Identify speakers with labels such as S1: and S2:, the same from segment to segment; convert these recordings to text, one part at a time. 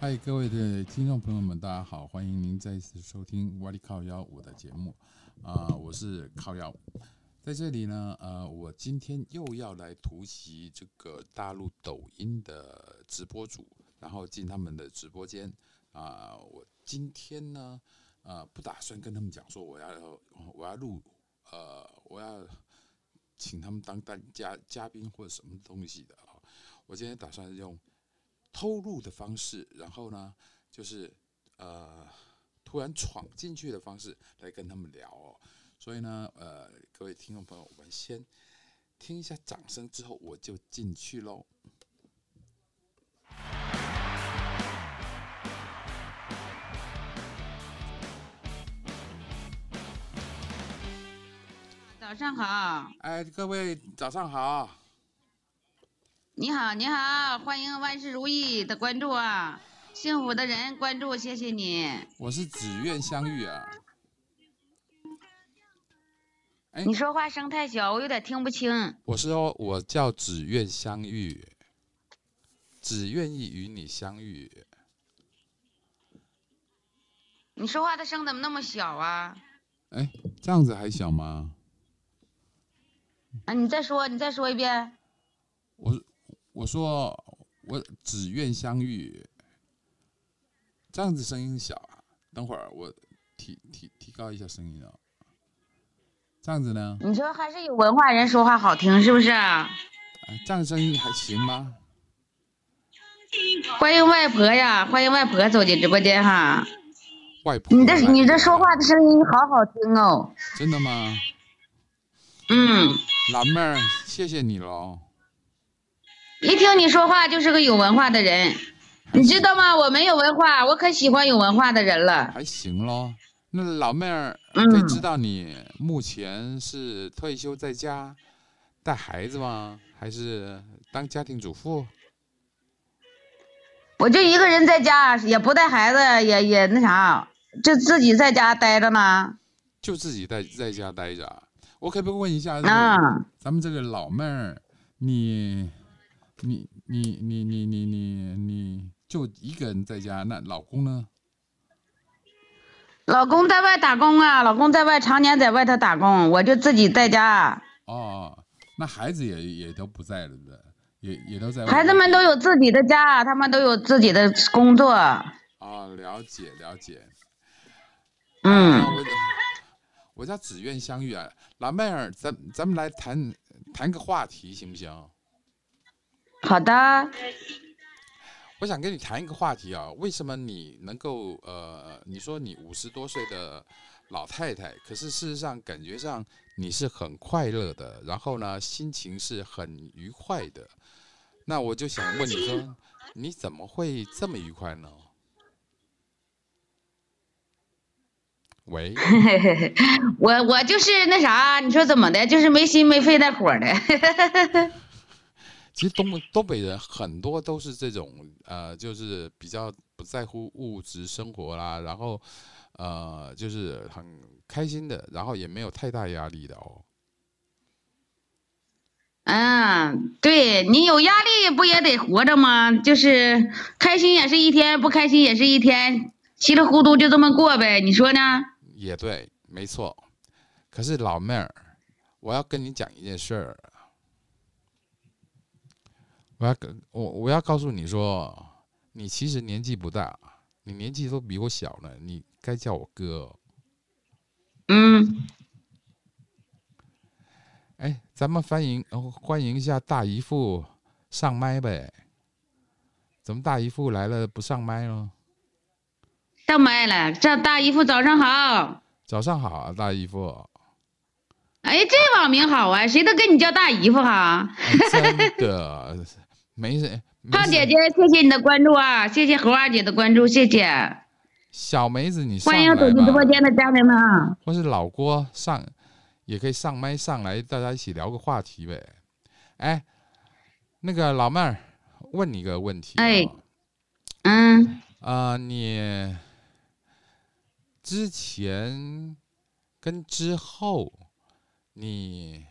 S1: 嗨，各位的听众朋友们，大家好，欢迎您再一次收听《瓦力靠腰》我的节目，啊、我是靠腰。在这里呢，呃，我今天又要来突袭这个大陆抖音的直播主，然后进他们的直播间。啊、我今天呢，呃，不打算跟他们讲说我要我要录，呃，我要请他们当当嘉嘉宾或者什么东西的啊、我今天打算用偷录的方式，然后呢，就是呃突然闯进去的方式来跟他们聊哦。所以呢，呃，各位听众朋友，我们先听一下掌声，之后我就进去喽。
S2: 早上好，
S1: 哎，各位早上好，
S2: 你好，你好，欢迎万事如意的关注啊，幸福的人关注，谢谢你。
S1: 我是只愿相遇啊。哎
S2: 你，说话声太小，我有点听不清。
S1: 我是说，我叫只愿相遇，只愿意与你相遇。
S2: 你说话的声怎么那么小啊？
S1: 哎，这样子还小吗？
S2: 啊，你再说，你再说一遍。
S1: 我我说我只愿相遇，这样子声音小啊。等会儿我提提提高一下声音啊、这样子呢，
S2: 你说还是有文化人说话好听，是不是啊？
S1: 哎，这样声音还行吗？
S2: 欢迎外婆呀，欢迎外婆走进直播间哈。
S1: 外婆，
S2: 你这你这说话的声音好好听哦。
S1: 真的吗？
S2: 嗯，
S1: 老妹儿，谢谢你喽。
S2: 一听你说话就是个有文化的人，你知道吗？我没有文化，我可喜欢有文化的人了。
S1: 还行喽。那老妹儿，
S2: 嗯
S1: 得知道你目前是退休在家带孩子吗？还是当家庭主妇？
S2: 我就一个人在家，也不带孩子，也也那啥，就自己在家待着呢。
S1: 就自己在在家待着啊？我可不可以问一下，这
S2: 啊
S1: 个，咱们这个老妹儿，你你你你你你你你就一个人在家，那老公呢？
S2: 老公在外打工啊，老公在外常年在外头打工，我就自己在家。
S1: 哦，那孩子也也都不在了的，也也都在外
S2: 孩子
S1: 面
S2: 们都有自己的家，他们都有自己的工作。
S1: 哦，了解了解。啊
S2: 嗯，
S1: 我我叫只愿相遇啊，老妹儿，咱咱们来谈谈个话题行不行？
S2: 好的。
S1: 我想跟你谈一个话题啊，为什么你能够呃，你说你五十多岁的老太太，可是事实上感觉上你是很快乐的，然后呢，心情是很愉快的。那我就想问你说，你怎么会这么愉快呢？喂，
S2: 我我就是那啥，你说怎么的？就是没心没肺带火的。
S1: 其实东东北人很多都是这种，呃，就是比较不在乎物质生活啦，然后，呃，就是很开心的，然后也没有太大压力的哦。
S2: 嗯，对你有压力不也得活着吗？就是开心也是一天，不开心也是一天，稀里糊涂就这么过呗，你说呢？
S1: 也对，没错。可是老妹儿，我要跟你讲一件事儿，我要跟我我要告诉你说，你其实年纪不大，你年纪都比我小呢，你该叫我哥哦。
S2: 嗯，
S1: 哎，咱们欢迎、哦、欢迎一下大姨夫上麦呗。怎么大姨夫来了不上麦了？
S2: 上麦了，这大姨夫早上好。
S1: 早上好啊，大姨夫，
S2: 哎，这网名好啊，谁都跟你叫大姨夫哈。
S1: 哎真的没人。没
S2: 胖姐
S1: 事
S2: 姐，谢谢你的关注啊，谢谢猴二姐的关注，谢谢，
S1: 小梅子，你上
S2: 欢
S1: 来
S2: 迎走进直播
S1: 吧
S2: 间的家人们啊。
S1: 或是老郭上，也可以上麦上来，大家一起聊个话题呗。哎，那个老妹儿，问你个问题、啊，
S2: 哎嗯
S1: 啊、你之前跟之后，你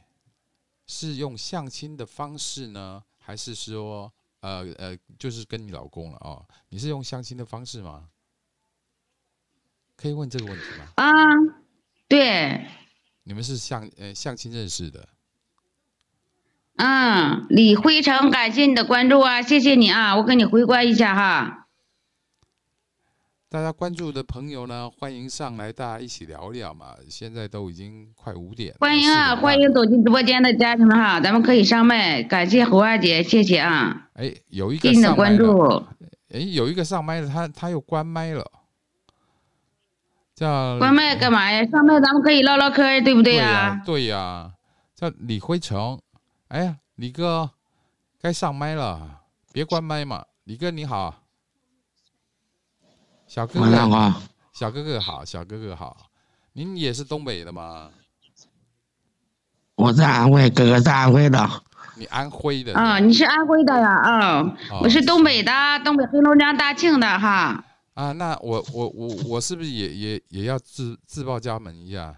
S1: 是用相亲的方式呢，还是说呃呃，就是跟你老公了哦，你是用相亲的方式吗？可以问这个问题吗？
S2: 啊，对，
S1: 你们是相呃相亲认识的，
S2: 嗯，李辉成，感谢你的关注啊，谢谢你啊，我给你回关一下哈。
S1: 大家关注的朋友呢，欢迎上来，大家一起聊聊嘛。现在都已经快五点了，
S2: 欢迎啊，
S1: 4点半
S2: 欢迎走进直播间的家人们哈，咱们可以上麦，感谢胡二姐，谢谢啊，
S1: 哎，有一
S2: 谢
S1: 个
S2: 谢你的
S1: 上麦
S2: 关
S1: 了，
S2: 注。
S1: 哎，有一个上麦的，他他又关麦了，叫
S2: 关麦干嘛呀？上麦咱们可以唠唠嗑儿，对不对啊
S1: 对对
S2: 呀、
S1: 呀、叫李辉成。哎呀，李哥，该上麦了，别关麦嘛。李哥你好，小哥
S3: 晚上
S1: 哥，
S3: 好，
S1: 小哥哥好，小哥哥好，您也是东北的吗？
S3: 我是安徽，哥哥是安徽的，
S1: 你安徽的是吧哦
S2: 啊，你是安徽的呀？啊，我是东北的，东北黑龙江大庆的哈。
S1: 啊，那我我我我是不是也也也要自自报家门一下？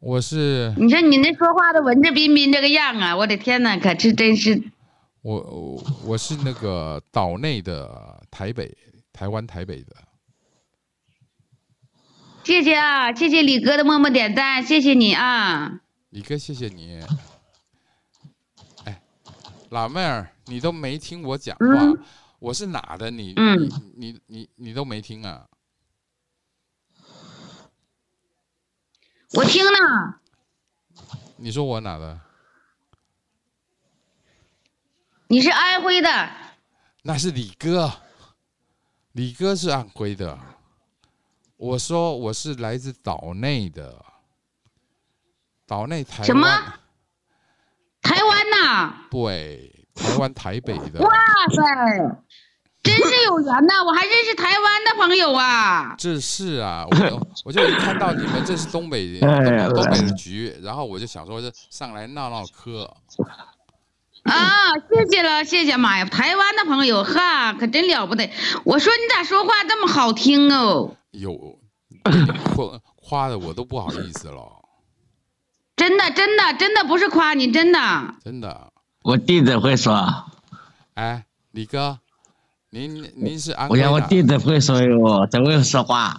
S1: 我是
S2: 你说你那说话的文质彬彬这个样啊，我的天呐，可是真是
S1: 我我我是那个岛内的台北，台湾台北的。
S2: 谢谢啊，谢谢李哥的默默点赞，谢谢你啊。
S1: 李哥，谢谢你。哎，老妹儿，你都没听我讲话，
S2: 嗯
S1: 我是哪的？你、
S2: 嗯
S1: 你你你你都没听啊？
S2: 我听呢，
S1: 你说我哪的？
S2: 你是安徽的，
S1: 那是李哥，李哥是安徽的。我说我是来自岛内的，岛内台湾，
S2: 什么台湾呐。
S1: 对，台湾台北的。
S2: 哇塞，真是有缘呐！我还认识台湾的朋友啊。
S1: 这是啊， 我我就一看到你们这是东北
S3: 哎
S1: 东北的局，然后我就想说这上来闹闹嗑，
S2: 啊，谢谢了，谢谢妈呀！台湾的朋友哈，可真了不得。我说你咋说话这么好听哦？
S1: 有夸夸的我都不好意思了，
S2: 真的，真的，真的不是夸你，真的。
S1: 真的。
S3: 我弟弟会说，
S1: 哎，李哥，您您是安
S3: 我
S1: 徽
S3: 让我
S1: 的啊
S3: 弟弟会说哟，真会说话。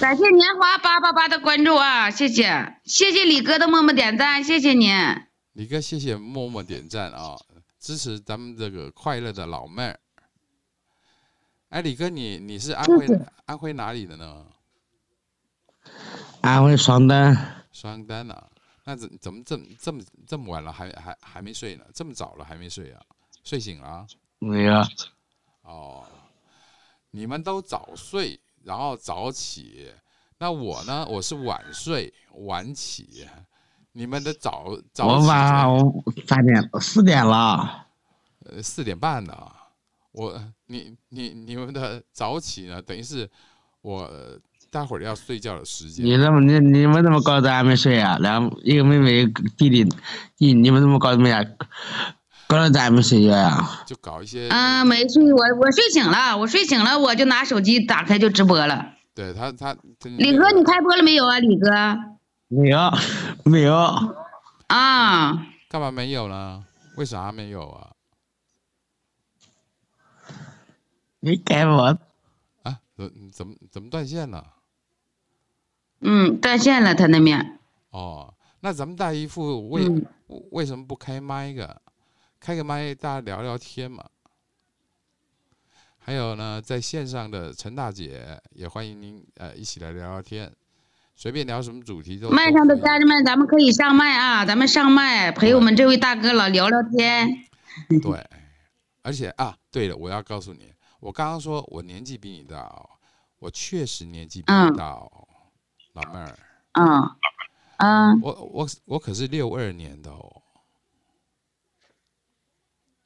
S2: 感谢年华八八八的关注啊，谢谢，谢谢李哥的默默点赞，谢谢您。
S1: 李哥，谢谢默默点赞啊、支持咱们这个快乐的老妹儿。哎，李哥，你你是安徽
S2: 谢谢
S1: 安徽哪里的呢？
S3: 安徽双灯，
S1: 双单啊，那怎怎么这么这么这么晚了还还还没睡呢？这么早了还没睡啊？睡醒了啊、
S3: 没有，
S1: 哦，你们都早睡，然后早起，那我呢？我是晚睡晚起，你们的早早
S3: 我
S1: 起
S3: 晚上我三点四点了，
S1: 呃四点半的啊，我你你你们的早起呢，等于是我待会儿要睡觉的时间。
S3: 你怎么你你们怎么搞的还没睡啊？两一个妹妹一个弟弟，你你们怎么搞的没啊？搞到咋还没睡觉呀？
S1: 就搞一些，
S2: 嗯、没睡，我我睡醒了，我睡醒了，我就拿手机打开就直播了。
S1: 对他他他
S2: 李哥，你开播了没有啊？李哥，
S3: 没有，没有，
S2: 啊，
S1: 干嘛没有呢？为啥没有啊？
S3: 没给我。
S1: 啊，怎怎么怎么断线了？
S2: 嗯，断线了，他那面。
S1: 哦，那咱们大姨夫为、
S2: 嗯
S1: 为什么不开麦个？开个麦，大家聊聊天嘛。还有呢，在线上的陈大姐也欢迎您，呃，一起来聊聊天，随便聊什么主题都。
S2: 麦
S1: 都
S2: 上的
S1: 可以
S2: 家人们，咱们可以上麦啊，咱们上麦陪我们这位大哥老聊聊天。
S1: 对，而且啊，对了，我要告诉你，我刚刚说我年纪比你大哦，我确实年纪比
S2: 嗯
S1: 你大哦，老妹儿，
S2: 嗯，嗯
S1: 我我我可是六二年的哦，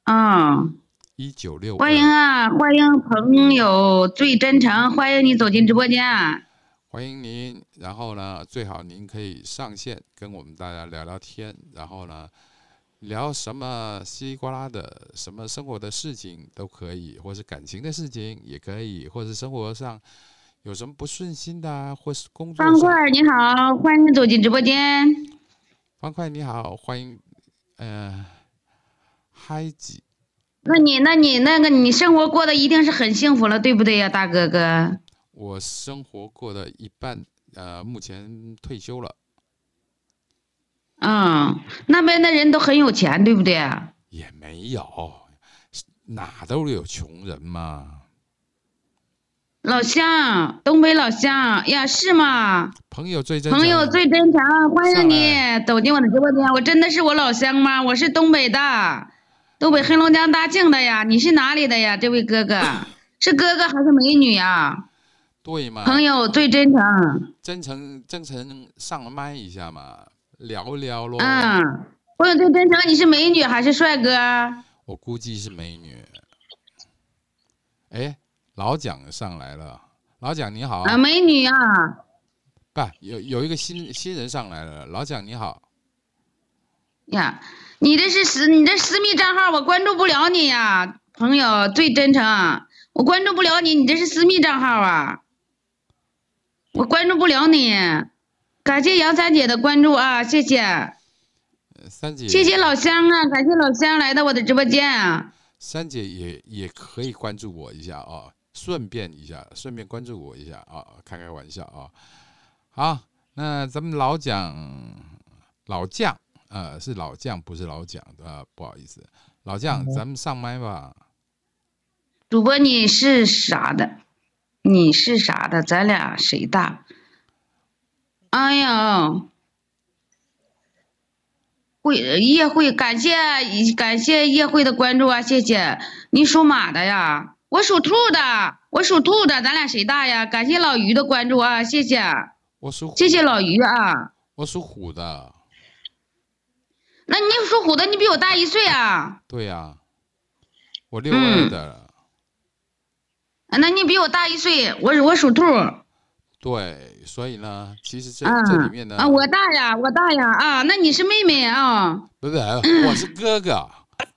S2: 嗯，
S1: 一九六
S2: 欢迎啊，欢迎朋友最真诚，欢迎你走进直播间啊。
S1: 欢迎您。然后呢，最好您可以上线跟我们大家聊聊天，然后呢，聊什么稀里呱啦的，什么生活的事情都可以，或是感情的事情也可以，或是生活上有什么不顺心的啊，或是工作
S2: 方块
S1: 上。
S2: 儿你好，欢迎走进直播间。
S1: 方块你好，欢迎，呃，嗨几，
S2: 那你那你那个你生活过得一定是很幸福了，对不对呀、大哥哥？
S1: 我生活过的一半，呃，目前退休了，
S2: 嗯，那边的人都很有钱，对不对？
S1: 也没有，哪都有穷人嘛。
S2: 老乡，东北老乡呀，是吗？
S1: 朋友最真诚，
S2: 朋友最真诚，欢迎
S1: 上
S2: 你走进我的直播间。我真的是我老乡吗？我是东北的，东北黑龙江大庆的呀。你是哪里的呀，这位哥 哥？是哥哥还是美女呀？
S1: 对嘛？
S2: 朋友最真诚，
S1: 真诚真诚上麦一下嘛，聊聊咯。
S2: 嗯，朋友最真诚。你是美女还是帅哥？
S1: 我估计是美女。哎，老蒋上来了，老蒋你好，
S2: 啊，美女啊，
S1: 不有有一个新新人上来了，老蒋你好，
S2: 呀，你这是私你这私密账号，我关注不了你呀，朋友最真诚，我关注不了你，你这是私密账号啊，我关注不了你，感谢杨三姐的关注啊，谢谢，
S1: 呃三姐，
S2: 谢谢老乡啊，感谢老乡来到我的直播间啊，
S1: 三姐也也可以关注我一下哦，顺便一下，顺便关注我一下啊、哦，开开玩笑啊、好，那咱们老蒋，老将，呃，是老将，不是老蒋，呃，不好意思，老将，咱们上麦吧。
S2: 主播你是啥的？你是啥的？咱俩谁大？哎呦，会叶慧，感谢感谢叶慧的关注啊，谢谢。你属马的呀？我属兔的，我属兔的，咱俩谁大呀？感谢老于的关注啊，谢谢，
S1: 我属虎，
S2: 谢谢老于啊。
S1: 我属虎的，
S2: 那你属虎的，你比我大一岁啊？
S1: 对呀、
S2: 嗯
S1: 我六二的，
S2: 那你比我大一岁，我我属兔。
S1: 对，所以呢，其实这、
S2: 啊
S1: 这里面呢，
S2: 啊，我大呀，我大呀啊，那你是妹妹啊？
S1: 不是，我是哥哥。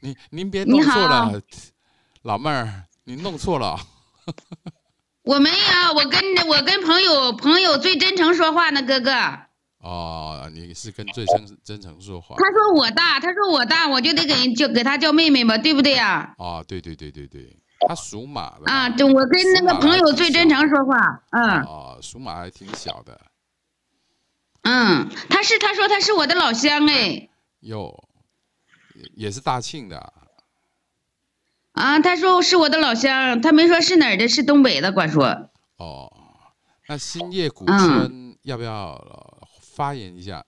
S1: 您您别弄
S2: 嗯你
S1: 错
S2: 好
S1: 了，老妹儿，你弄错了。
S2: 我没有，我跟我跟朋友朋友最真诚说话呢，哥哥。他
S1: 哦，你是跟最真真诚说话。
S2: 说我大，他说我大，我就得给叫给他叫妹妹吧，对不对呀、
S1: 哦，对对对对对，他属马的嘛。
S2: 啊，对，我跟那个朋友最真诚说话，嗯
S1: 哦，属马还挺小的。
S2: 嗯，他是他说他是我的老乡哎，
S1: 哟，也是大庆的。
S2: 啊，他说是我的老乡，他没说是哪儿的，是东北的，管说。
S1: 哦，那新业古
S2: 嗯
S1: 村要不要呃发言一下，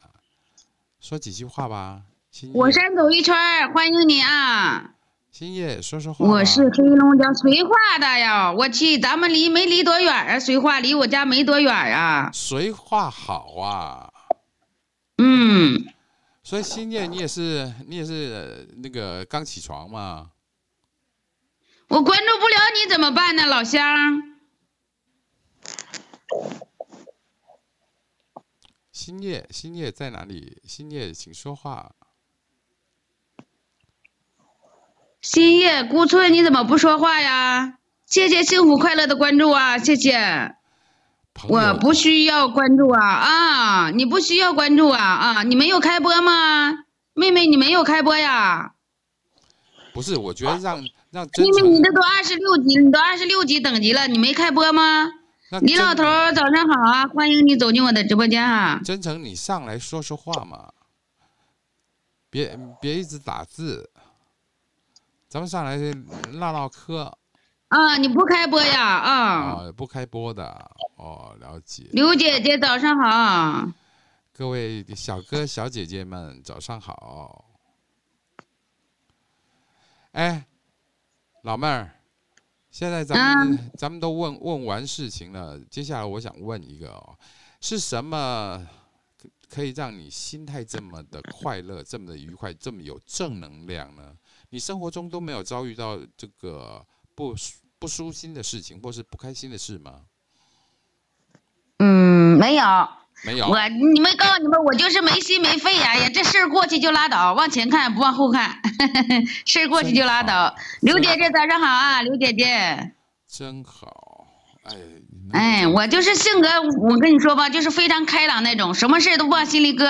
S1: 说几句话吧？新
S2: 我
S1: 业，
S2: 山走一圈儿，欢迎你啊！
S1: 新业说说话吧。
S2: 我是黑龙江绥化的呀，我去，咱们离没离多远儿啊？绥化离我家没多远儿啊。
S1: 谁话好啊？
S2: 嗯，
S1: 所以新业，你也是你也是呃那个刚起床嘛？
S2: 我关注不了你怎么办呢，老乡？
S1: 新业，新业在哪里？新业，请说话。
S2: 新叶孤村，你怎么不说话呀？谢谢幸福快乐的关注啊，谢
S1: 哎
S2: 谢。
S1: 朋
S2: 我
S1: 友
S2: 不需要关注啊啊！你不需要关注啊啊！你没有开播吗？妹妹，你没有开播呀？
S1: 不是，我觉得让让真
S2: 妹妹，你
S1: 诚，
S2: 这都二十六级，你都二十六级等级了，你没开播吗？
S1: 让
S2: 李老
S1: 真
S2: 头儿，早上好啊！欢迎你走进我的直播间啊！
S1: 真诚，你上来说说话嘛，别别一直打字，咱们上来唠唠嗑
S2: 啊，你不开播呀啊！
S1: 啊，不开播的哦，了解。
S2: 刘姐姐，早上好。
S1: 各位小哥小姐姐们，早上好。哎，老妹儿，现在咱们、
S2: 嗯
S1: 咱们都问问完事情了，接下来我想问一个哦，是什么可可以让你心态这么的快乐、这么的愉快、这么有正能量呢？你生活中都没有遭遇到这个不舒不舒心的事情，或是不开心的事吗？
S2: 嗯，没有。
S1: 没有。
S2: 我你们告诉你们，我就是没心没肺呀、哎呀，这事儿过去就拉倒，往前看不往后看， 事儿过去就拉
S1: 啊
S2: 倒。刘姐姐早上好啊，刘姐姐。
S1: 真好，哎，你们
S2: 哎，我就是性格，我跟你说吧，就是非常开朗那种，什么事都不往心里搁。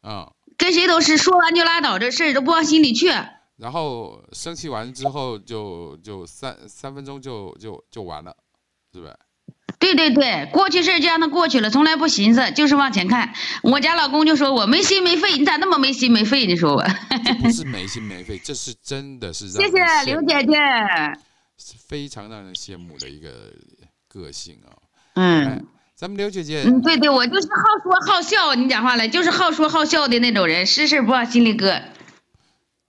S1: 啊、
S2: 跟谁都是说完就拉倒，这事儿都不往心里去。
S1: 然后生气完之后就就三三分钟就就就完了，是不是？
S2: 对对对，过去事儿就让它过去了，从来不寻思，就是往前看。我家老公就说我没心没肺，你咋那么没心没肺呢？说我，
S1: 这不是没心没肺，这是真的是让
S2: 谢
S1: 人
S2: 谢
S1: 羡
S2: 刘
S1: 慕
S2: 姐姐。
S1: 是非常让人羡慕的一个个性啊、哎
S2: 嗯，
S1: 咱们刘姐姐，
S2: 嗯，对对，我就是好说好笑，你讲话了，就是好说好笑的那种人，事事不往心里搁。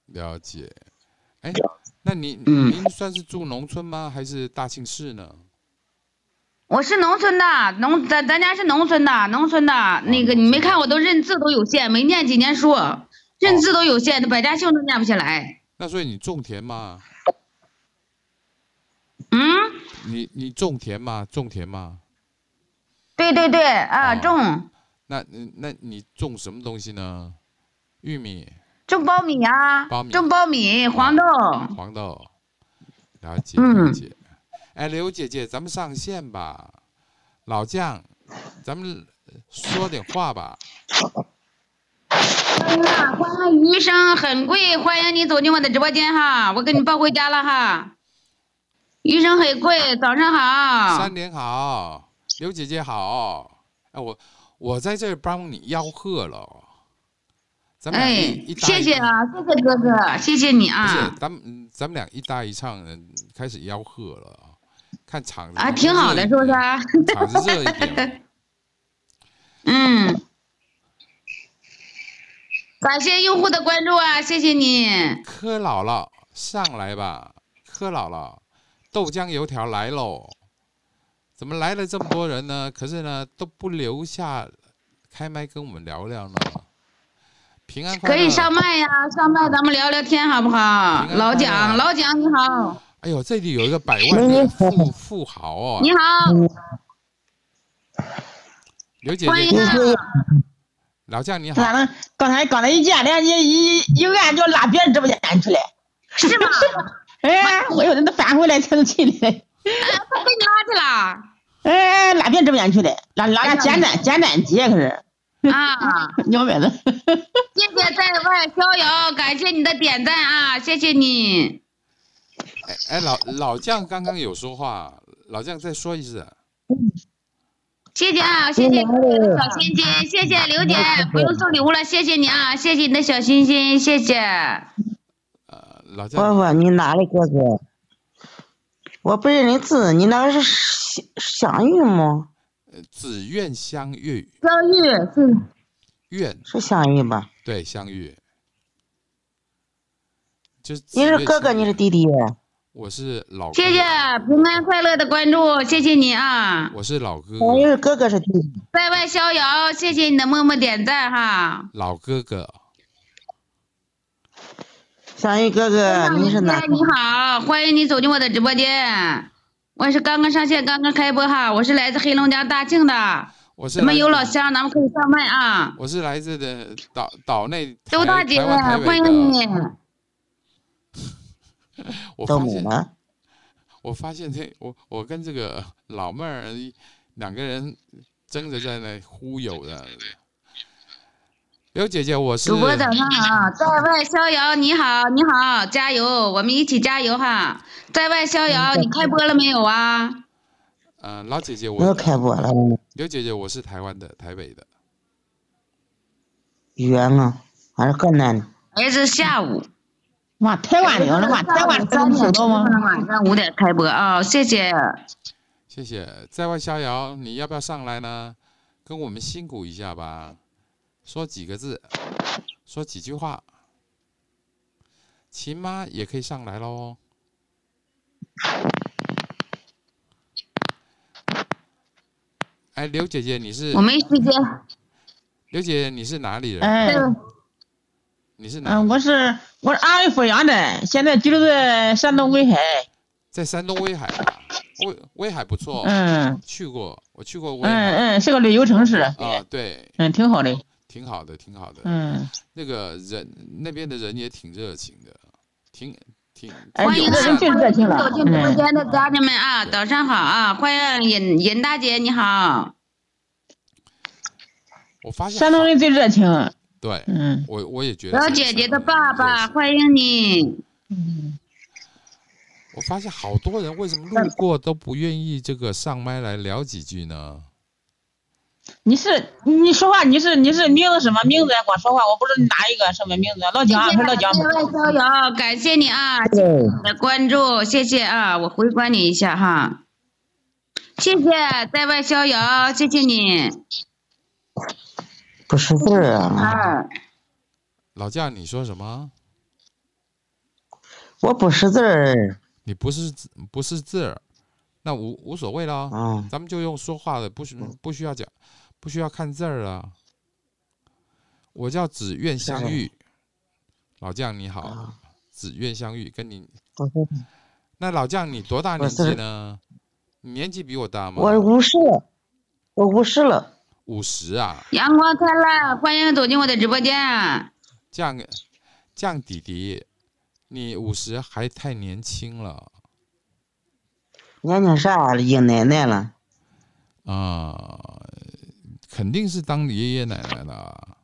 S1: 了解。哎，那您、
S2: 嗯
S1: 您算是住农村吗？还是大庆市呢？
S2: 我是农村的，农咱咱家是农村的，农村的那个你没看我都认字都有限，没念几年书，认字都有限，百家姓都念不下来。
S1: 那所以你种田吗？
S2: 嗯，
S1: 你你种田吗？种田吗？
S2: 对对对啊，
S1: 哦
S2: 种
S1: 那那你种什么东西呢？玉米、
S2: 种苞米啊，
S1: 苞米哦
S2: 种苞米、黄豆。
S1: 黄豆。了解
S2: 嗯
S1: 了解。哎，刘姐姐，咱们上线吧。老将，咱们说点话吧。
S2: 啊，欢迎余生很贵，欢迎你走进我的直播间哈，我给你抱回家了哈。余生很贵，早上好
S1: 三。连好，刘姐姐好。哎，我我在这儿帮你吆喝了。咱们俩一,、
S2: 哎
S1: 一，搭
S2: 谢
S1: 一
S2: 谢
S1: 唱，
S2: 啊，谢谢哥哥，谢谢你
S1: 不
S2: 啊
S1: 是，。咱们嗯咱们俩一搭一唱，嗯开始吆喝了啊。看场子
S2: 啊，挺好的，是不是啊？
S1: 是？场子热一点。
S2: 嗯，感谢用户的关注啊，谢谢你。
S1: 柯姥姥上来吧，柯姥姥，豆浆油条来喽！怎么来了这么多人呢？可是呢，都不留下开麦跟我们聊聊呢。平安快
S2: 可
S1: 乐！
S2: 以上麦呀、上麦咱们聊聊天好不好？
S1: 平安
S2: 老
S1: 快乐
S2: 蒋，老蒋你好，
S1: 哎呦，这里有一个百万的富富豪哦，
S2: 你好，
S1: 刘姐
S2: 欢
S1: 姐
S2: 迎
S1: 你
S2: 啊
S1: 好，
S4: 谢谢
S1: 老将你好，
S4: 咋了？刚才刚才一见连接一一按就拉别人直播间去了。
S2: 是吗？
S4: 哎，我有的都翻回来才能进来。
S2: 哎快被你拉去
S4: 哎，拉别人直播间去了，拉拉
S2: 哎呀
S4: 俩简单简单接可是，
S2: 了啊！
S4: 鸟掰子。
S2: 谢谢在外逍遥，感谢你的点赞啊，谢谢你。
S1: 哎哎老老将刚刚有说话，老将再说一次，
S2: 谢谢
S5: 哎
S2: 啊，谢谢各位的小心心，谢谢刘姐，不用送礼物了，谢谢你啊，谢谢你的小心心，谢谢。
S1: 呃，老
S5: 婆
S1: 将
S5: 婆，你哪里哥哥？我不认得字，你那个是想想玉吗？
S1: 呃只愿相遇，
S2: 相遇是
S1: 愿
S5: 是相玉吧？
S1: 对相遇，就是
S5: 你是哥哥，你是
S1: 弟，
S5: 弟弟。
S1: 我是老哥，
S2: 谢谢平安快乐的关注，谢谢你啊！
S1: 我是老哥哥，
S5: 我是哥哥是弟弟。
S2: 在外逍遥，谢谢你的默默点赞哈。
S1: 老哥哥，
S5: 相玉哥哥，你是哪
S2: 哎？你好，欢迎你走进我的直播间。我是刚刚上线，刚刚开播哈，我是来自黑龙江大庆的，
S1: 我是
S2: 咱们
S1: 来
S2: 有
S1: 自
S2: 老乡，咱们可以上麦啊。
S1: 我是来自的岛岛内
S2: 周
S1: 台
S2: 大姐，
S1: 台
S2: 啊
S1: 湾台北
S2: 欢
S1: 的
S2: 迎你。
S1: 我
S5: 都
S1: 发
S5: 母
S1: 现
S5: 了。
S1: 我发现这我我跟这个老妹儿两个人争着在那忽悠的。刘姐姐，我是
S2: 主播早上好，在外逍遥，你好，你好，加油，我们一起加油哈！在外逍
S4: 嗯
S2: 遥，你开播了没有啊？
S1: 呃老姐姐，
S5: 我
S1: 我
S5: 又开播了，
S1: 刘姐姐，我是台湾的，台北的。
S5: 远啊，还是河南的。
S2: 哎，这下午。
S4: 哇，台湾 的，我的妈，台湾的能听到吗？
S2: 晚上五点开播啊、谢谢。
S1: 谢谢，在外逍遥，你要不要上来呢？跟我们辛苦一下吧，说几个字，说几句话。秦妈也可以上来喽。哎，刘姐姐，你是
S2: 我没时间。
S1: 刘姐姐，你是哪里人？
S4: 哎，
S1: 你是哪？
S4: 嗯，我是我是安徽阜阳的，现在居住在山东威海。
S1: 在山东威海啊，威威海不错，
S4: 嗯
S1: 去过，我去哦过威
S4: 嗯
S1: 海
S4: 嗯，是个旅游城市。
S1: 啊，对，
S4: 嗯，挺好的。
S1: 挺好的，挺好的。
S4: 嗯，
S1: 那个人那边的人也挺热情的，挺挺
S4: 哎
S2: 欢迎
S4: 有的
S2: 啊
S4: 人就是热情了嗯
S2: 走进直播间的家人们啊，早上好啊！欢迎尹尹大姐，你好。
S1: 我发现
S4: 山东人最热情。
S1: 对
S4: 嗯
S1: 我我也觉得。
S2: 老姐姐的爸爸，，欢迎你。
S1: 我发现好多人为什么路过都不愿意这个上麦来聊几句呢？
S4: 你是你说话，你是你是名字什么名字？跟我说话，我不知道你哪一个什么名字。老
S2: 今
S4: 姜，
S2: 天
S4: 我是老姜。
S2: 啊逍遥，感谢你啊，谢谢你的关注，谢谢啊，我回关你一下哈。谢谢在外逍遥，谢谢你。
S5: 不识字儿啊，
S2: 啊，
S1: 老将，你说什么？
S5: 我不识字儿
S1: 你不是字不是字儿，那无无所谓啦，
S5: 啊。
S1: 咱们就用说话的，不需不需要讲，不需要看字儿了。我叫只愿相遇，老将你好，只愿相遇，跟你
S5: 我是
S1: 嗯那老将你多大
S5: 我
S1: 年纪
S5: 是
S1: 呢？你年纪比我大吗？
S5: 我五十了，我五十了。
S1: 五十啊，
S2: 阳光灿烂，欢迎走进我的直播间。
S1: 酱酱弟弟，你五十还太年轻了
S5: 年轻啥了？爷奶奶了。
S1: 啊、肯定是当爷爷奶奶了。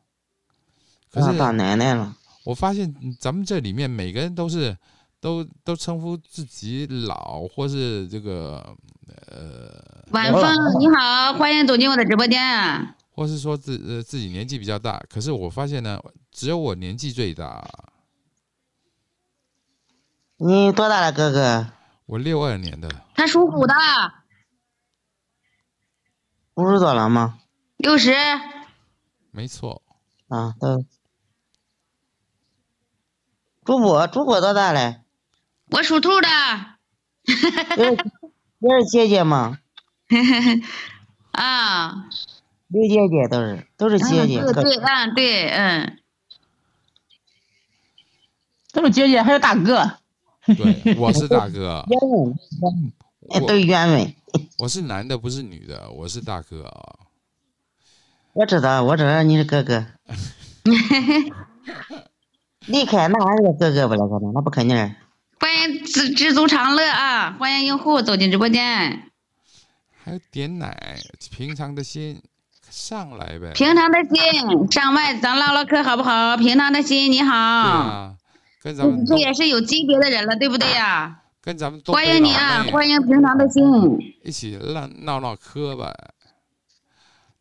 S1: 可
S5: 啊，当
S1: 是
S5: 奶奶了。
S1: 我发现嗯咱们这里面每个人都是都都称呼自己老或是这个呃，
S2: 晚风你好，欢迎走进我的直播间。
S1: 或是说自呃自己年纪比较大。可是我发现呢，只有我年纪最大，
S5: 你多大了，哥哥？
S1: 我六二年的。
S2: 他属虎的，
S5: 五十多了吗？
S2: 六十。
S1: 没错，
S5: 啊，都。主播，主播多大嘞？
S2: 我属兔的，
S5: 也是也是姐姐嘛，
S2: 啊，
S5: 刘姐姐都是都是姐姐。
S2: 嗯
S5: 哥
S2: 对对，嗯，对，嗯，
S4: 都是姐姐，还有大哥。
S1: 对，我是大哥，
S5: 原文，哎，
S1: 我
S5: 都原文。
S1: 我是男的，不是女的，我是大哥啊。
S5: 我知道，我知道你是哥 哥。离开那还是哥哥不了，可能那不啊可能。
S2: 欢迎知知足常乐啊，欢迎用户走进直播间。
S1: 还有点奶，平常的心上来呗。
S2: 平常的心，上麦咱唠唠嗑好不好？平常的心，你
S1: 对
S2: 好，
S1: 啊，跟咱
S2: 嗯这
S1: 们
S2: 这也是有级别的人了，对不对呀、
S1: 跟咱们东
S2: 欢
S1: 北
S2: 迎
S1: 老
S2: 你啊，
S1: 妹
S2: 欢迎平常的心。
S1: 一起闹闹闹嗑呗。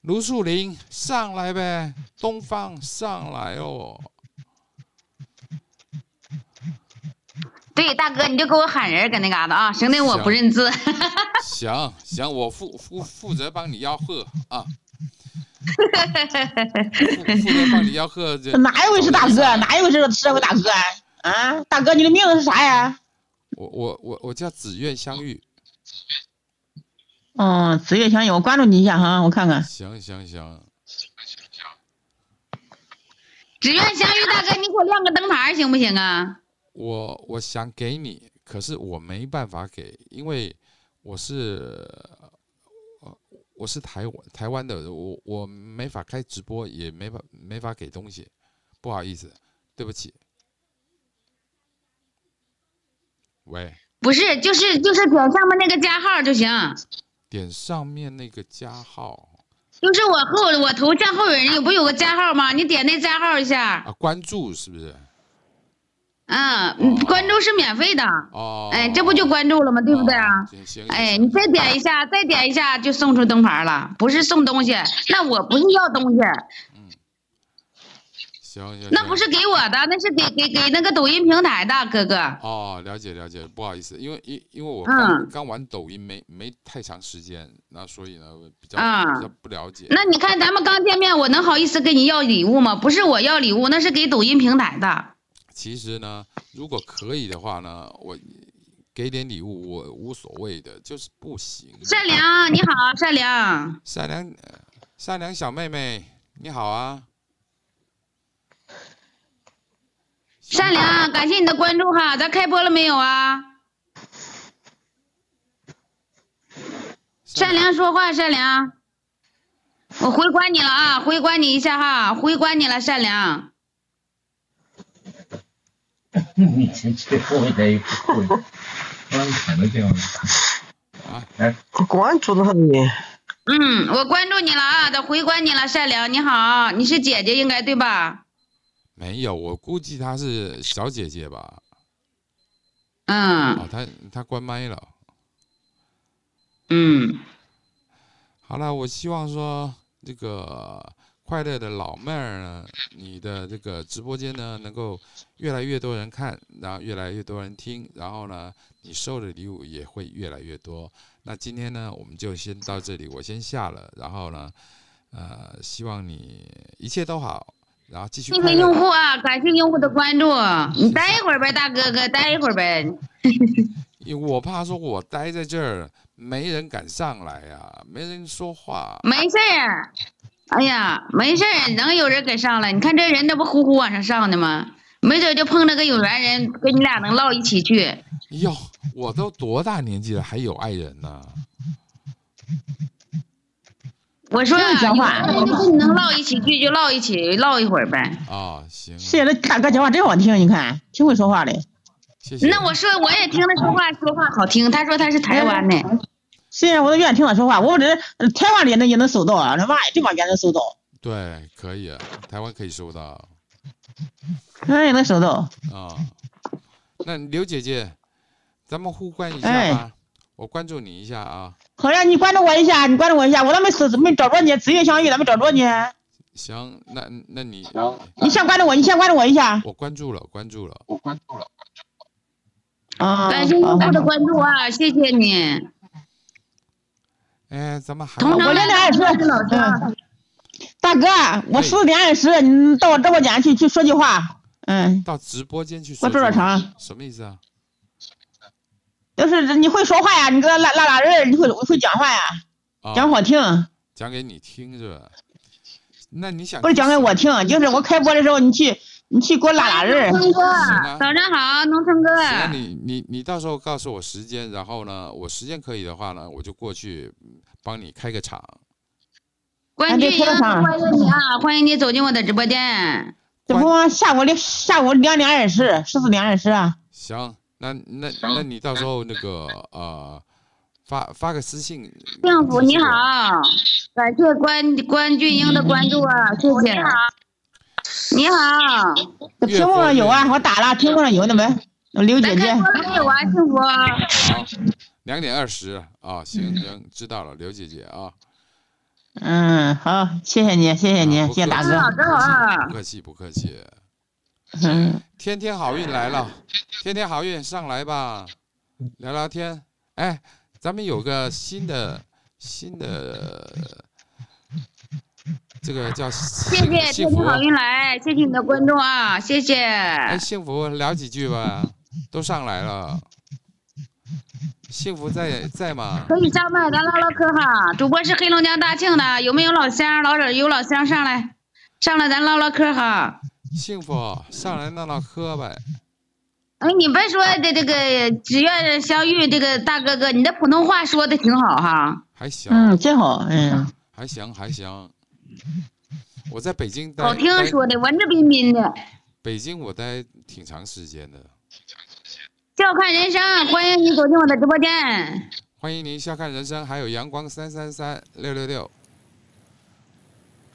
S1: 卢树林上来呗，东方上来哦。
S2: 对，大哥你就给我喊人，搁那嘎达啊，省得我不认字。
S1: 行行，我负负负责帮你吆喝 啊。负负责帮你吆喝， 这
S4: 哪一位是大哥？啊哪一位是社会大哥啊？啊，大哥，你的名字是啥呀？
S1: 我我我我叫紫苑相遇。
S4: 嗯，子月相应，我关注你一下哈，我看看。
S1: 行行行，
S2: 只愿相遇，大哥你给我亮个灯牌行不行啊？
S1: 我我想给你，可是我没办法给，因为我是呃我是台湾台湾的，我我没法开直播，也没法没法给东西，不好意思，对不起。喂，
S2: 不是，就是就是点上面那个加号就行，
S1: 点上面那个加号
S2: 就是我后我头像后有人有不有个加号吗？你点那加号一下，
S1: 啊，关注是不是？
S2: 嗯，嗯
S1: 哦
S2: 关注是免费的。
S1: 哦，
S2: 哎，这不就关注了吗？对不对啊
S1: 哦？行行，
S2: 哎，
S1: 行
S2: 你再点一下，再点一下就送出灯牌了，不是送东西，那我不是要东西，
S1: 行行，
S2: 那
S1: 行
S2: 不是给我的，那是给给给那个抖音平台的哥哥。
S1: 哦，了解了解，不好意思，因为因因为我
S2: 嗯
S1: 刚、刚玩抖音没没太长时间，那所以呢我比较、
S2: 啊
S1: 比较不了解。
S2: 那你看咱们刚见面，我能好意思跟你要礼物吗？不是我要礼物，那是给抖音平台的。
S1: 其实呢，如果可以的话呢，我给点礼物我无所谓的，就是不行。
S2: 善良，你好，善良，
S1: 善良呃善良小妹妹，你好啊！
S2: 善良，感谢你的关注哈，咱开播了没有啊？善良说话，善良，我回关你了啊，回关你一下哈，回关你了，善良。
S6: 你这后面这一裤子，光砍的地方。
S5: 关注到你，
S2: 嗯，我关注你了啊，咱回关你了，善良，你好，你是姐姐应该对吧？
S1: 没有，我估计她是小姐姐吧？
S2: 嗯
S1: 哦，她她关麦了。
S2: 嗯，
S1: 好了，我希望说这个快乐的老妹儿呢，你的这个直播间呢能够越来越多人看，然后越来越多人听，然后呢你收的礼物也会越来越多。那今天呢我们就先到这里，我先下了，然后呢，呃，希望你一切都好，然后继续
S2: 谢
S1: 快
S2: 谢
S1: 乐
S2: 用户啊，感谢用户的关注。你待一会儿呗，大哥哥，待一会儿呗。
S1: 因为我怕说我待在这儿没人敢上来啊，没人说话。
S2: 没事儿，哎呀，没事儿，能有人给上来？你看这人，这不呼呼往上上的吗？没准就碰着个有缘人，跟你俩能唠一起去。
S1: 哟，我都多大年纪了，还有爱人呢、
S2: 我说、啊，
S4: 这讲话
S2: 有缘人就跟你能唠一起去，就唠一起唠一会儿 呗。
S1: 啊，行，
S4: 谢谢这大哥讲话真好听，你看挺会说话的。
S1: 谢谢。
S2: 那我说我也听他说话，说话好听。他说他是台湾的，
S4: 谢谢我都愿意听他说话，我这呃台湾的也能也能搜到啊，他妈呀，这帮也能搜到，
S1: 对，可以，台湾可以收到啊、
S4: 哎人也能搜到。
S1: 那刘姐姐，咱们互关一下
S4: 哎
S1: 吧，我关注你一下啊。
S4: 好呀，你关注我一下，你关注我一下，我咋没搜没找着你？紫月相遇咋没找着你？
S1: 行，那那你
S6: 行，
S4: 你先关注我，你先关注我一下。
S1: 我关注了，关注了。
S6: 我关注了。
S4: 啊，
S2: 感谢
S4: 好
S2: 用
S4: 好
S2: 户的
S4: 好
S2: 关注啊，谢谢你。
S1: 哎，咱们还
S2: 同
S1: 有
S2: 常
S4: 我这
S2: 来
S4: 俩
S2: 的
S4: 也说
S2: 都是老乡
S4: 嗯大哥，我十点二十，你到我直播间去去说句话。嗯，
S1: 到直播间去
S4: 我
S1: 说
S4: 做
S1: 说
S4: 点啥？
S1: 什么意思啊？
S4: 就是你会说话呀，你跟他拉拉拉人儿，你会会讲话呀，
S1: 啊，
S4: 讲好听，
S1: 讲给你听是吧？那你想
S4: 不是讲给我听，就是我开播的时候，你去你去给我拉拉人儿。
S2: 农村哥
S1: 啊，
S2: 早上好，农村哥。
S4: 哎
S1: 那你你你到时候告诉我时间，然后呢，我时间可以的话呢，我就过去嗯帮你开个场。
S2: 关
S4: 别
S2: 俊
S4: 说
S2: 英，
S4: 了啥
S2: 欢迎你啊！欢迎你走进我的直播间。
S4: 这不嘛下午的下午两点二十，十四点二十啊。
S1: 行，那那那你到时候那个呃，发发个私信。
S2: 幸福
S1: 提
S2: 你
S1: 醒我
S2: 好，感谢关关俊英的关注啊，谢谢。你好，
S4: 这屏幕上有啊，我打了，屏幕上有的没？刘姐
S2: 咱
S4: 姐
S2: 开，播了没有啊？幸福，
S1: 好，两点二十啊，行行，知道了，刘姐姐啊，
S4: 嗯，好，谢谢你，谢谢你
S1: 啊，
S4: 谢谢大
S2: 真好
S4: 哥，
S2: 真好啊
S1: 不！客气不客气，
S4: 嗯，
S1: 天天好运来了，天天好运上来吧，聊聊天。哎，咱们有个新的新的，这个叫谢
S2: 谢谢天
S1: 幸
S2: 天
S1: 福，
S2: 好运来，谢谢你的关注啊，谢谢。
S1: 哎，幸福聊几句吧，都上来了。幸福在在吗？
S2: 可以上麦，咱唠唠嗑哈。主播是黑龙江大庆的，有没有老乡？老者有老乡上来，上来咱唠唠嗑哈。
S1: 幸福上来唠唠嗑呗。
S2: 哎，你别说这这个只愿相遇，这个大哥哥，你的普通话说的挺好哈。
S1: 还行，
S4: 嗯，真好，嗯，
S1: 还行，还行。我在北京待，
S2: 好听
S1: 待
S2: 说的，文质彬彬的。
S1: 北京我待挺长时间的。
S2: 笑看人生，欢迎你走进我的直播间。
S1: 欢迎您笑看人生，还有阳光三三三六六六，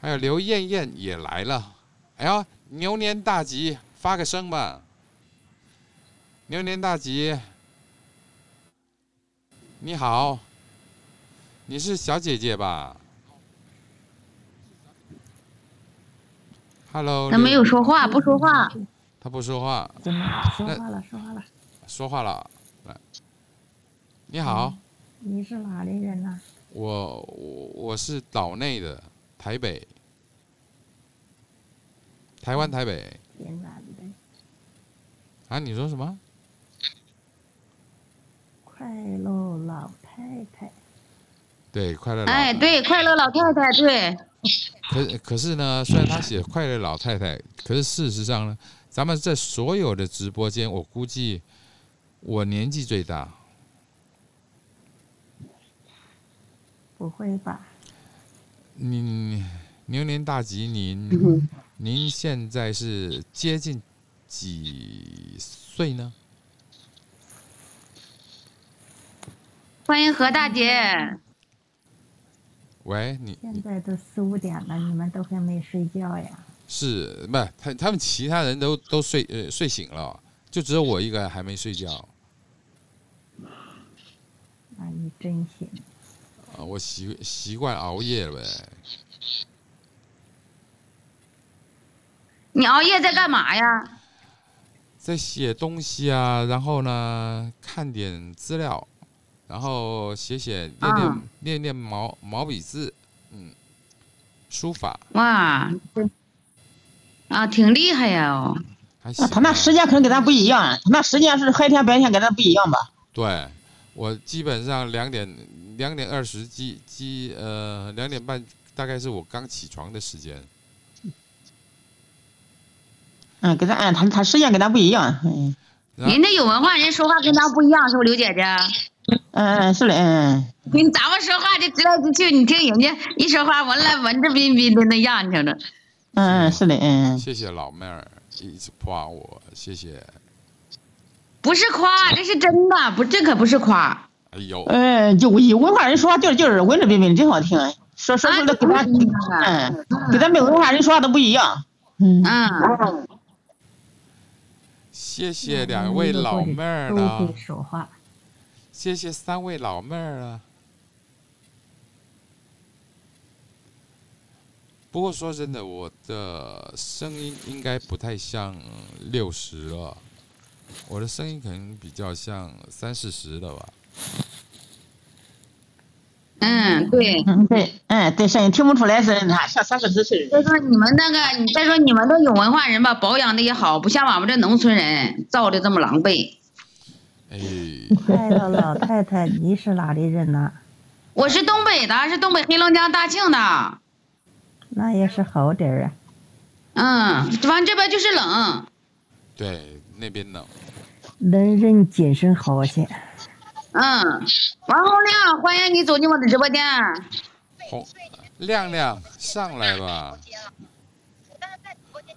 S1: 还有刘艳艳也来了。哎呀，牛年大吉，发个声吧！牛年大吉，你好，你是小姐姐吧？Hello，
S2: 他没有说话，不说话。
S1: 他不说话，
S7: 怎么说话了？说话了，
S1: 说话了。来，你好，
S7: 你是哪里人呐、
S1: 我我我是岛内的，台北，台湾台北
S7: 云南的，
S1: 啊？你说什么？
S7: 快乐老太太，
S1: 对，快乐老
S2: 哎，，对，快乐老太太，
S1: 可
S2: 对，
S1: 可是呢，虽然他写快乐老太太，可是事实上呢，咱们在所有的直播间，我估计我年纪最大，
S7: 不会吧？
S1: 您牛年大吉， 您您现在是接近几岁呢？
S2: 欢迎何大姐。
S1: 喂，你
S7: 现在都四五点了，你们都还没睡觉呀？
S1: 是不？他他们其他人都都睡呃睡醒了，就只有我一个还没睡觉。
S7: 那你真行，
S1: 啊，我习习惯熬夜了呗。
S2: 你熬夜在干嘛呀？
S1: 在写东西啊，然后呢，看点资料，然后写写练练、
S2: 啊
S1: 练练毛毛笔字，嗯，书法
S2: 哇，啊，挺厉害呀、哦！
S1: 还行
S4: 那
S1: 啊。
S4: 他那时间可能跟咱不一样，他那时间是黑天白天跟咱不一样吧？
S1: 对，我基本上两点两点二十几几呃两点半，大概是我刚起床的时间。
S4: 嗯，跟咱哎，他他时间跟咱不一样。嗯
S1: 啊
S2: 人家有文化人说话跟咱不一样，是不，刘姐姐？
S4: 嗯嗯，是嘞，嗯
S2: 你咱们说话就直来直去，你听人家一说话文来文质彬彬的那样，你瞅瞅。
S4: 嗯嗯，是嘞，嗯
S1: 谢谢老妹儿一直夸我，谢谢。
S2: 不是夸，这是真的，不，这可不是夸。
S1: 哎呦，
S4: 呃，有有文化人说话就是就是文质彬彬，真好听。说说出来跟咱
S2: 啊
S4: 嗯，跟咱没文化人说话都不一样。嗯，
S2: 嗯，
S1: 谢
S4: 嗯
S1: 谢两位老妹儿
S7: 都
S1: 了
S7: 会，说话，
S1: 谢谢三位老妹儿啊了。不过说真的，我的声音应该不太像六十了，我的声音可能比较像三四十了吧。
S2: 嗯，对。
S4: 嗯对，嗯对，声音听不出来是哪像三四十岁的人。
S2: 再说你们那个，你再说你们那有文化人吧，保养的也好，不像我们这农村人造的这么狼狈。
S1: 哎，
S7: 快乐老太太，你是哪里人呐、
S2: 我是东北的，是东北黑龙江大庆的。
S7: 那也是好点儿啊。
S2: 嗯，完这边就是冷。
S1: 对，那边冷。
S7: 能人精神好些，
S1: 哎
S2: 嗯，王洪亮，欢迎你走进我的直播间。
S1: 红亮亮上来吧，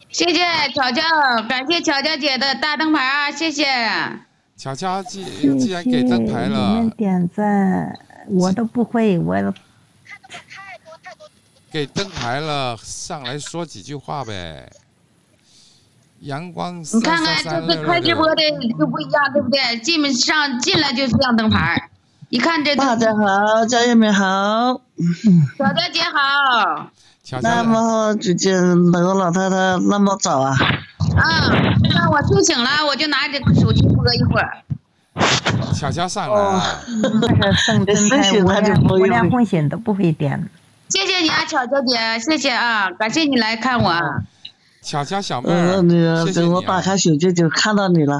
S2: 谢谢巧巧，感谢巧巧姐的大灯牌啊，谢谢。
S1: 巧巧既
S7: 谢
S1: 既
S7: 嗯谢
S1: 然给灯牌
S7: 你们
S1: 了，
S7: 点赞，我都不会，我
S1: 给灯牌了，上来说几句话呗。阳光
S2: 你
S1: 三
S2: 看
S1: 三
S2: 看，
S1: 三
S2: 就是开直播的就不一样，对不对？进上进来就是亮灯牌，一看这
S8: 大家好，家人们好。
S2: 巧巧姐好，
S1: 巧
S8: 那
S1: 巧
S8: 么，只见美国老太太那么早啊？
S2: 嗯，那我睡醒了，我就拿着手机播一会儿。
S1: 巧巧上来啊
S7: 哦
S1: 了，
S7: 那个圣真
S8: 你
S7: 太
S8: 醒
S7: 我
S8: 了就
S7: 连
S8: 不
S7: 我
S8: 用
S7: 连红心都不会点。
S2: 谢谢你啊，巧巧姐，谢谢啊，感谢你来看我啊，
S1: 巧巧小妹
S4: 嗯
S8: 呃，
S1: 儿，
S8: 你
S1: 谢谢
S8: 等
S1: 你
S8: 我
S1: 啊
S8: 打开手机就看到你了。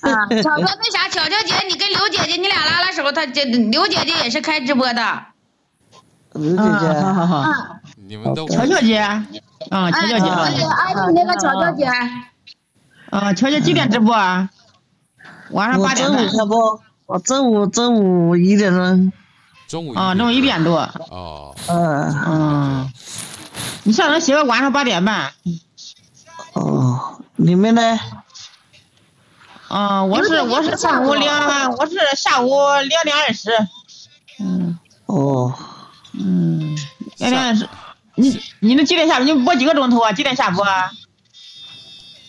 S2: 啊巧巧那啥，巧巧姐，你跟刘姐姐你俩拉拉手，她姐刘姐姐也是开直播的，
S8: 刘姐
S4: 啊好
S8: 姐，
S4: 好好，
S1: 你们都
S4: 乔乔姐，啊，乔
S2: 嗯哎，
S4: 乔
S2: 对
S4: 姐，
S2: 对对，哎，你那个巧巧姐，
S4: 啊，乔姐几点直播啊？晚
S8: 嗯
S4: 上
S8: 我
S4: 八点
S8: 中
S4: 半
S8: 午。开播，我中午中午一点钟，
S1: 中午
S4: 啊，中午一点多。
S1: 哦，
S5: 啊
S8: 呃，
S4: 嗯，你上能媳妇晚上八点半。
S8: 哦，你们呢？
S4: 啊，我是我是上午两，我是下午两点二十。
S8: 哦，
S4: 嗯，两点二十。你你那几点下播？你播几个钟头啊？几点下播啊？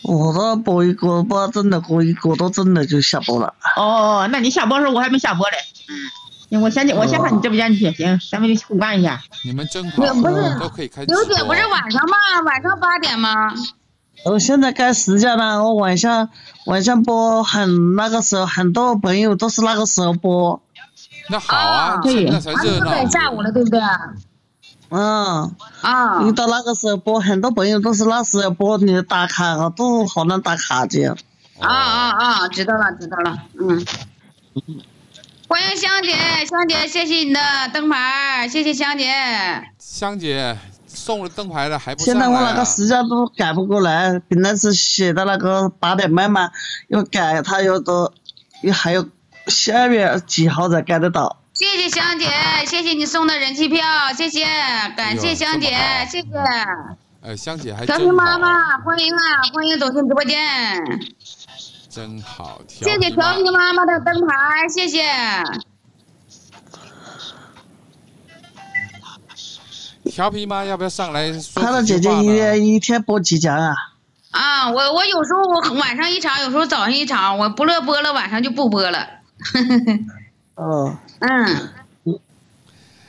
S8: 我的播一个播真的播一个都真的就下播了。
S4: 哦，那你下播的时候我还没下播嘞。嗯，我先去，我先上你直播间去，行，咱们就互关一下。
S1: 你们真好，
S2: 不是
S1: 都可以开直播。
S2: 刘姐不是晚上吗？晚上八点吗？
S8: 我现在该时间了，我晚上晚上播很那个时候，很多朋友都是那个时候播，
S1: 那好啊
S2: 啊，
S4: 对
S1: 那才
S2: 完
S1: 热
S2: 都
S1: 闹
S2: 改。下午了，对不对？
S8: 嗯。
S2: 啊，
S8: 一到那个时候播，很多朋友都是那时候播，你打卡啊，都好难打卡的。
S1: 哦
S2: 啊啊啊！知道了，知道了，嗯。欢迎香姐，香姐，谢谢你的灯牌，谢谢香姐。
S1: 香姐送了灯牌了，还不上
S8: 现
S1: 来
S8: 在
S1: 啊？
S8: 我那个时间都改不过来，本来是写的那个八点半嘛，又改，他又都又还有十二月几号才改得到。
S2: 谢谢香姐，谢谢你送的人气票，谢谢，感谢香姐，
S1: 哎
S2: 谢谢。
S1: 呃，香姐还
S2: 调
S1: 真
S2: 皮妈
S1: 好，
S2: 妈，欢迎啊，欢迎走进直播间，
S1: 真好，调
S2: 谢谢
S1: 皮妈
S2: 调皮妈妈的灯牌，谢谢。
S1: 调皮妈要不要上来说
S8: 他的
S1: 几句
S8: 姐姐
S1: 话
S8: 一
S1: 呢
S8: 天一天播几讲啊？
S2: 啊，我我有时候我晚上一场，有时候早上一场，我不乐播了，晚上就不播了。
S8: 哦，
S2: 嗯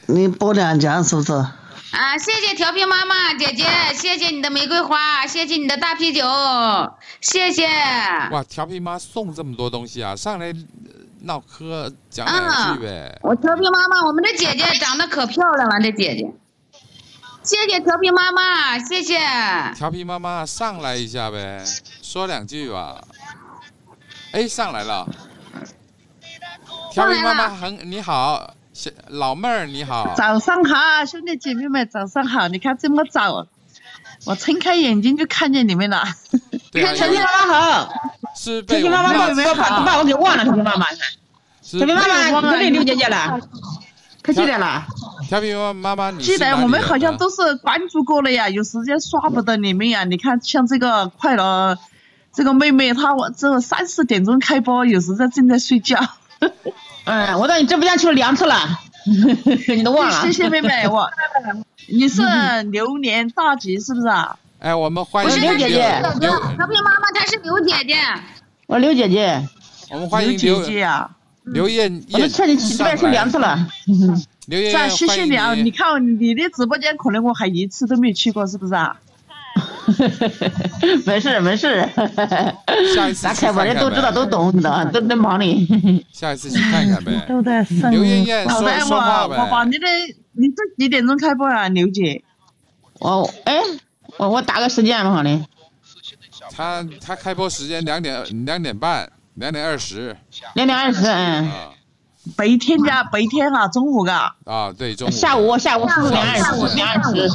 S8: 你播两讲是不是？
S2: 啊，谢谢调皮妈妈姐姐，谢谢你的玫瑰花，谢谢你的大啤酒，谢谢。
S1: 哇，调皮妈送这么多东西啊，上来呃唠嗑讲两句呗。
S2: 我调皮妈妈，我们这姐姐长得可漂亮了，这姐姐。谢谢调皮妈妈，谢谢。
S1: 调皮妈妈上来一下呗，说两句吧。哎，上来了。调皮妈妈很你好，小老妹儿你好。
S9: 早上好，啊兄弟姐妹们，早上好！你看这么早，我睁开眼睛就看见你们了。
S1: 对啊，
S4: 陈皮
S1: 有
S4: 妈妈好，
S1: 是被
S4: 陈皮
S1: 我
S4: 妈
S1: 们
S4: 妈
S1: 闹
S4: 有没有把把我给忘了？陈皮妈妈，陈
S1: 是
S4: 皮妈妈不是刘姐姐了，
S9: 可记得了？
S1: 调皮妈妈妈，你是
S9: 记得
S1: 哪里
S9: 我们
S1: 人
S9: 好像
S1: 呢
S9: 都是关注过了
S1: 嗯
S9: 呀，有时间刷不到你们呀。你看，像这个快乐，这个妹妹她晚这三四点钟开播，有时在正在睡觉。
S4: 嗯，我到你直播间去了两次了， 你都忘了。
S9: 谢谢妹妹， 我你是牛年大吉是不是啊？
S1: 哎，我们欢
S4: 不
S1: 迎
S4: 是刘姐姐
S2: 刘
S1: 刘，
S2: 调皮妈妈她是刘姐姐，
S4: 我刘姐姐，
S1: 我们欢迎
S9: 姐
S1: 刘
S9: 姐啊，
S1: 刘艳
S4: 我都
S1: 艳
S4: 劝你去这
S1: 上
S4: 边去两
S1: 来。
S4: 次了。
S1: 刘艳
S9: 是啊，
S1: 艳，
S9: 谢谢
S1: 欢迎
S9: 你啊！你看你的直播间，可能我还一次都没去过，是不是啊？
S4: 没事儿没事 儿，
S1: 下一次
S4: 咱
S1: 去
S4: 开播
S1: 看
S4: 人
S1: 看
S4: 都
S1: 呗
S4: 知道都懂，你知道都都忙哩。
S1: 下一次去看看 呗。
S7: 都在生
S1: 刘艳艳
S9: 好
S1: 说
S9: 的，
S1: 说话
S9: 我我把
S1: 呗。
S9: 你的你这几点钟开播啊，刘姐？
S4: 我哎，我我打个时间吧，好嘞。
S1: 他他开播时间两点两点半，两点二十
S4: 两点二十，嗯，
S1: 啊
S9: 白天的啊，白天啊，中午啊。
S1: 啊，对，中午
S4: 哎下午下午是不是两点二十？两点二十，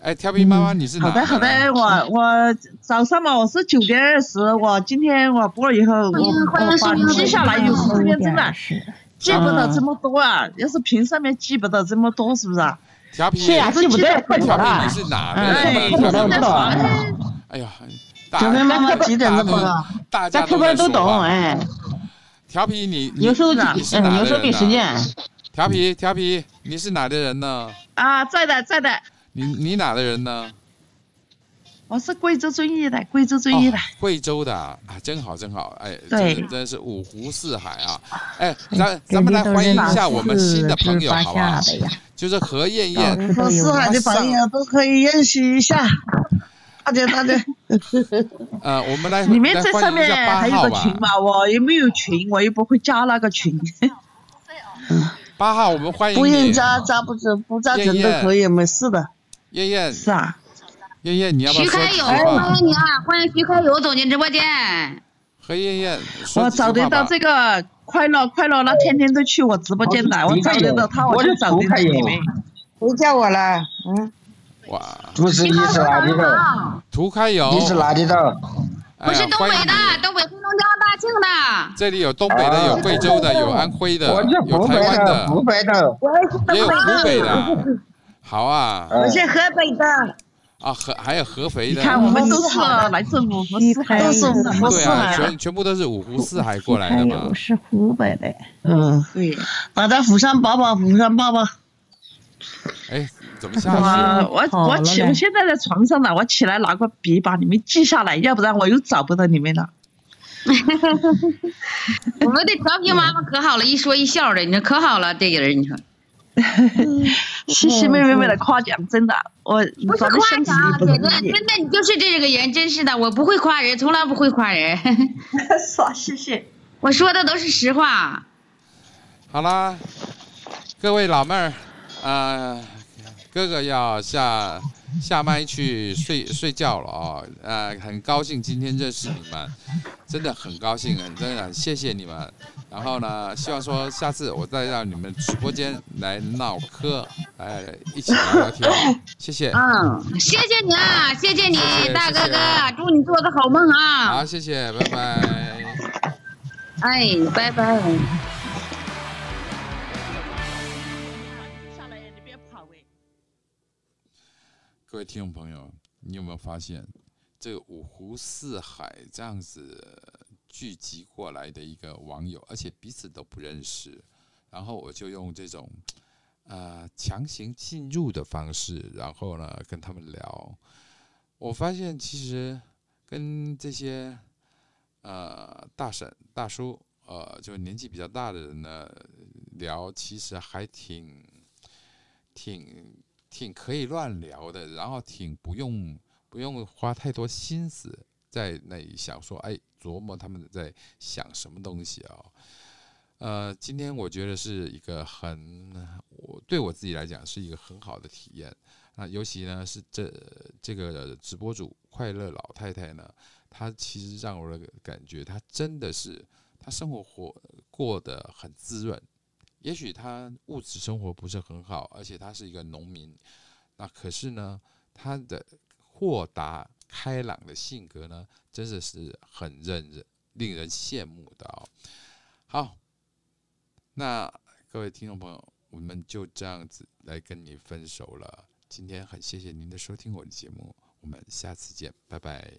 S1: 哎，调皮妈妈你是哪
S9: 好
S1: 儿的？啊嗯
S9: 的好的，我我早上嘛，我是九点二十，我今天我播了以后，我我把记下来有时间真的
S7: 是
S9: 记不得这么多
S1: 嗯
S9: 啊，要是屏上面记不得这么多，是不是啊？
S1: 调皮
S4: 是呀，记不得，快点
S1: 调皮
S4: 啊了
S1: 你。是哪的
S9: 哎
S1: 人？
S4: 不懂不懂，
S1: 哎呀，大
S8: 昨天妈妈几点
S1: 大
S8: 钟啊
S1: 家
S8: 播
S1: 都
S8: 的？
S1: 大家
S4: 咱开
S1: 都
S4: 播
S1: 在
S4: 人都
S1: 说
S4: 懂，
S1: 话。
S4: 哎，
S1: 调皮你你
S4: 有时候
S1: 你
S4: 嗯
S1: 你是哪的
S4: 有时候
S1: 人
S4: 比
S1: 呢
S4: 时间。
S1: 调皮调皮，你是哪的人呢？
S9: 啊，在的在的，
S1: 你你哪的人呢？
S9: 我是贵州遵义的，贵州遵义的
S1: 哦。惠州的啊，啊真好真好，哎，
S9: 对
S1: 真的真是五湖四海啊！哎，咱咱们来欢迎一下我们新的朋友，好不好？就是何燕燕，
S7: 都
S8: 我四
S7: 有
S8: 海的朋友都可以认识一 下。大姐，大姐，
S1: 呃，我们来
S9: 你们在
S1: 来欢
S9: 上
S1: 迎一
S9: 面
S1: 下
S9: 还
S1: 八
S9: 有
S1: 号
S9: 个群
S1: 吧。
S9: 嘛？我又没有群，我又不会加那个群。
S1: 八号，我们欢迎
S8: 不
S1: 你
S8: 用，加加不加不加
S1: 燕
S8: 群都
S1: 燕
S8: 可以，没事的。
S1: 燕燕
S9: 是啊，
S1: 燕燕，你要不要
S2: 徐
S1: 说
S2: 开
S1: 几句
S2: 友，
S1: 话
S2: 欢？迎你啊，欢迎徐开友走进直播间。
S1: 何燕燕，说
S9: 我
S1: 几句话
S9: 找得到
S1: 吧
S9: 这个快乐快乐，那天天都去我直播间的，我找得到他，我就找得到你们。
S5: 谁叫我了？嗯，
S1: 哇，
S6: 不是你是哪里的？
S1: 涂开友，
S6: 你是哪里的？
S1: 哎呀
S2: 我是东北
S1: 欢迎你
S2: 的，东北黑龙江大庆的。
S1: 这里有东北的，有贵州的，有安徽的
S6: 我是，
S1: 有
S6: 湖
S1: 台
S6: 北
S1: 湾
S6: 的，湖
S1: 的，
S6: 北的。
S1: 也有湖北的。好啊，
S6: 呃
S5: 我是河北的，
S1: 啊，河还有合肥
S9: 你
S1: 的，
S9: 看，我们都是来自五湖四海，
S7: 都是
S9: 五湖
S1: 对
S9: 四
S1: 啊，
S9: 海。
S1: 全全部都是五湖四海过来的嘛
S7: 我。哎是湖北的，
S8: 嗯，
S9: 对，
S8: 大家互相帮帮，互相帮帮。
S1: 哎，怎么下去？
S9: 我我我起，我现在在床上呢，我起来拿个笔把你们记下来，要不然我又找不到你们了。
S2: 我们这调皮妈妈可好了，一说一笑的，你说可好了，这个人你说。
S9: 谢谢妹妹们的夸奖，真的，我
S2: 不是
S9: 咱们
S2: 夸
S9: 相处
S2: 奖，
S9: 不
S2: 姐
S9: 容
S2: 姐，
S9: 易。
S2: 真的你就是这个人，真是的，我不会夸人，从来不会夸人，
S9: 是啊，谢谢。
S2: 我说的都是实话。
S1: 好啦，各位老妹儿，呃，哥哥要下下麦去睡睡觉了哦。呃，很高兴今天认识你们，真的很高兴，很真的很谢谢你们。然后呢，希望说下次我再让你们直播间来唠嗑，来一起聊聊天。谢谢，
S2: 嗯，谢谢你啊，谢谢你，
S1: 谢谢
S2: 大哥
S1: 谢谢啊
S2: 哥，祝你做个好梦啊！
S1: 好，谢谢，拜拜。
S2: 哎，拜拜。
S9: 下来你别跑哎。
S1: 各位听众朋友，你有没有发现，这个五湖四海这样子聚集过来的一个网友，而且彼此都不认识，然后我就用这种呃强行进入的方式，然后呢跟他们聊。我发现其实跟这些呃大婶大叔呃就年纪比较大的人呢聊，其实还挺挺挺可以乱聊的，然后挺不用不用花太多心思在那里想说，哎，琢磨他们在想什么东西哦。呃，今天我觉得是一个很，我对我自己来讲是一个很好的体验。那尤其呢是这这个直播主快乐老太太呢，她其实让我的感觉，她真的是她生活活过得很滋润。也许她物质生活不是很好，而且她是一个农民，那可是呢，她的豁达开朗的性格呢，真的是很让人令人羡慕的哦。好。那各位听众朋友，我们就这样子来跟你分手了。今天很谢谢您的收听我的节目，我们下次见，拜拜。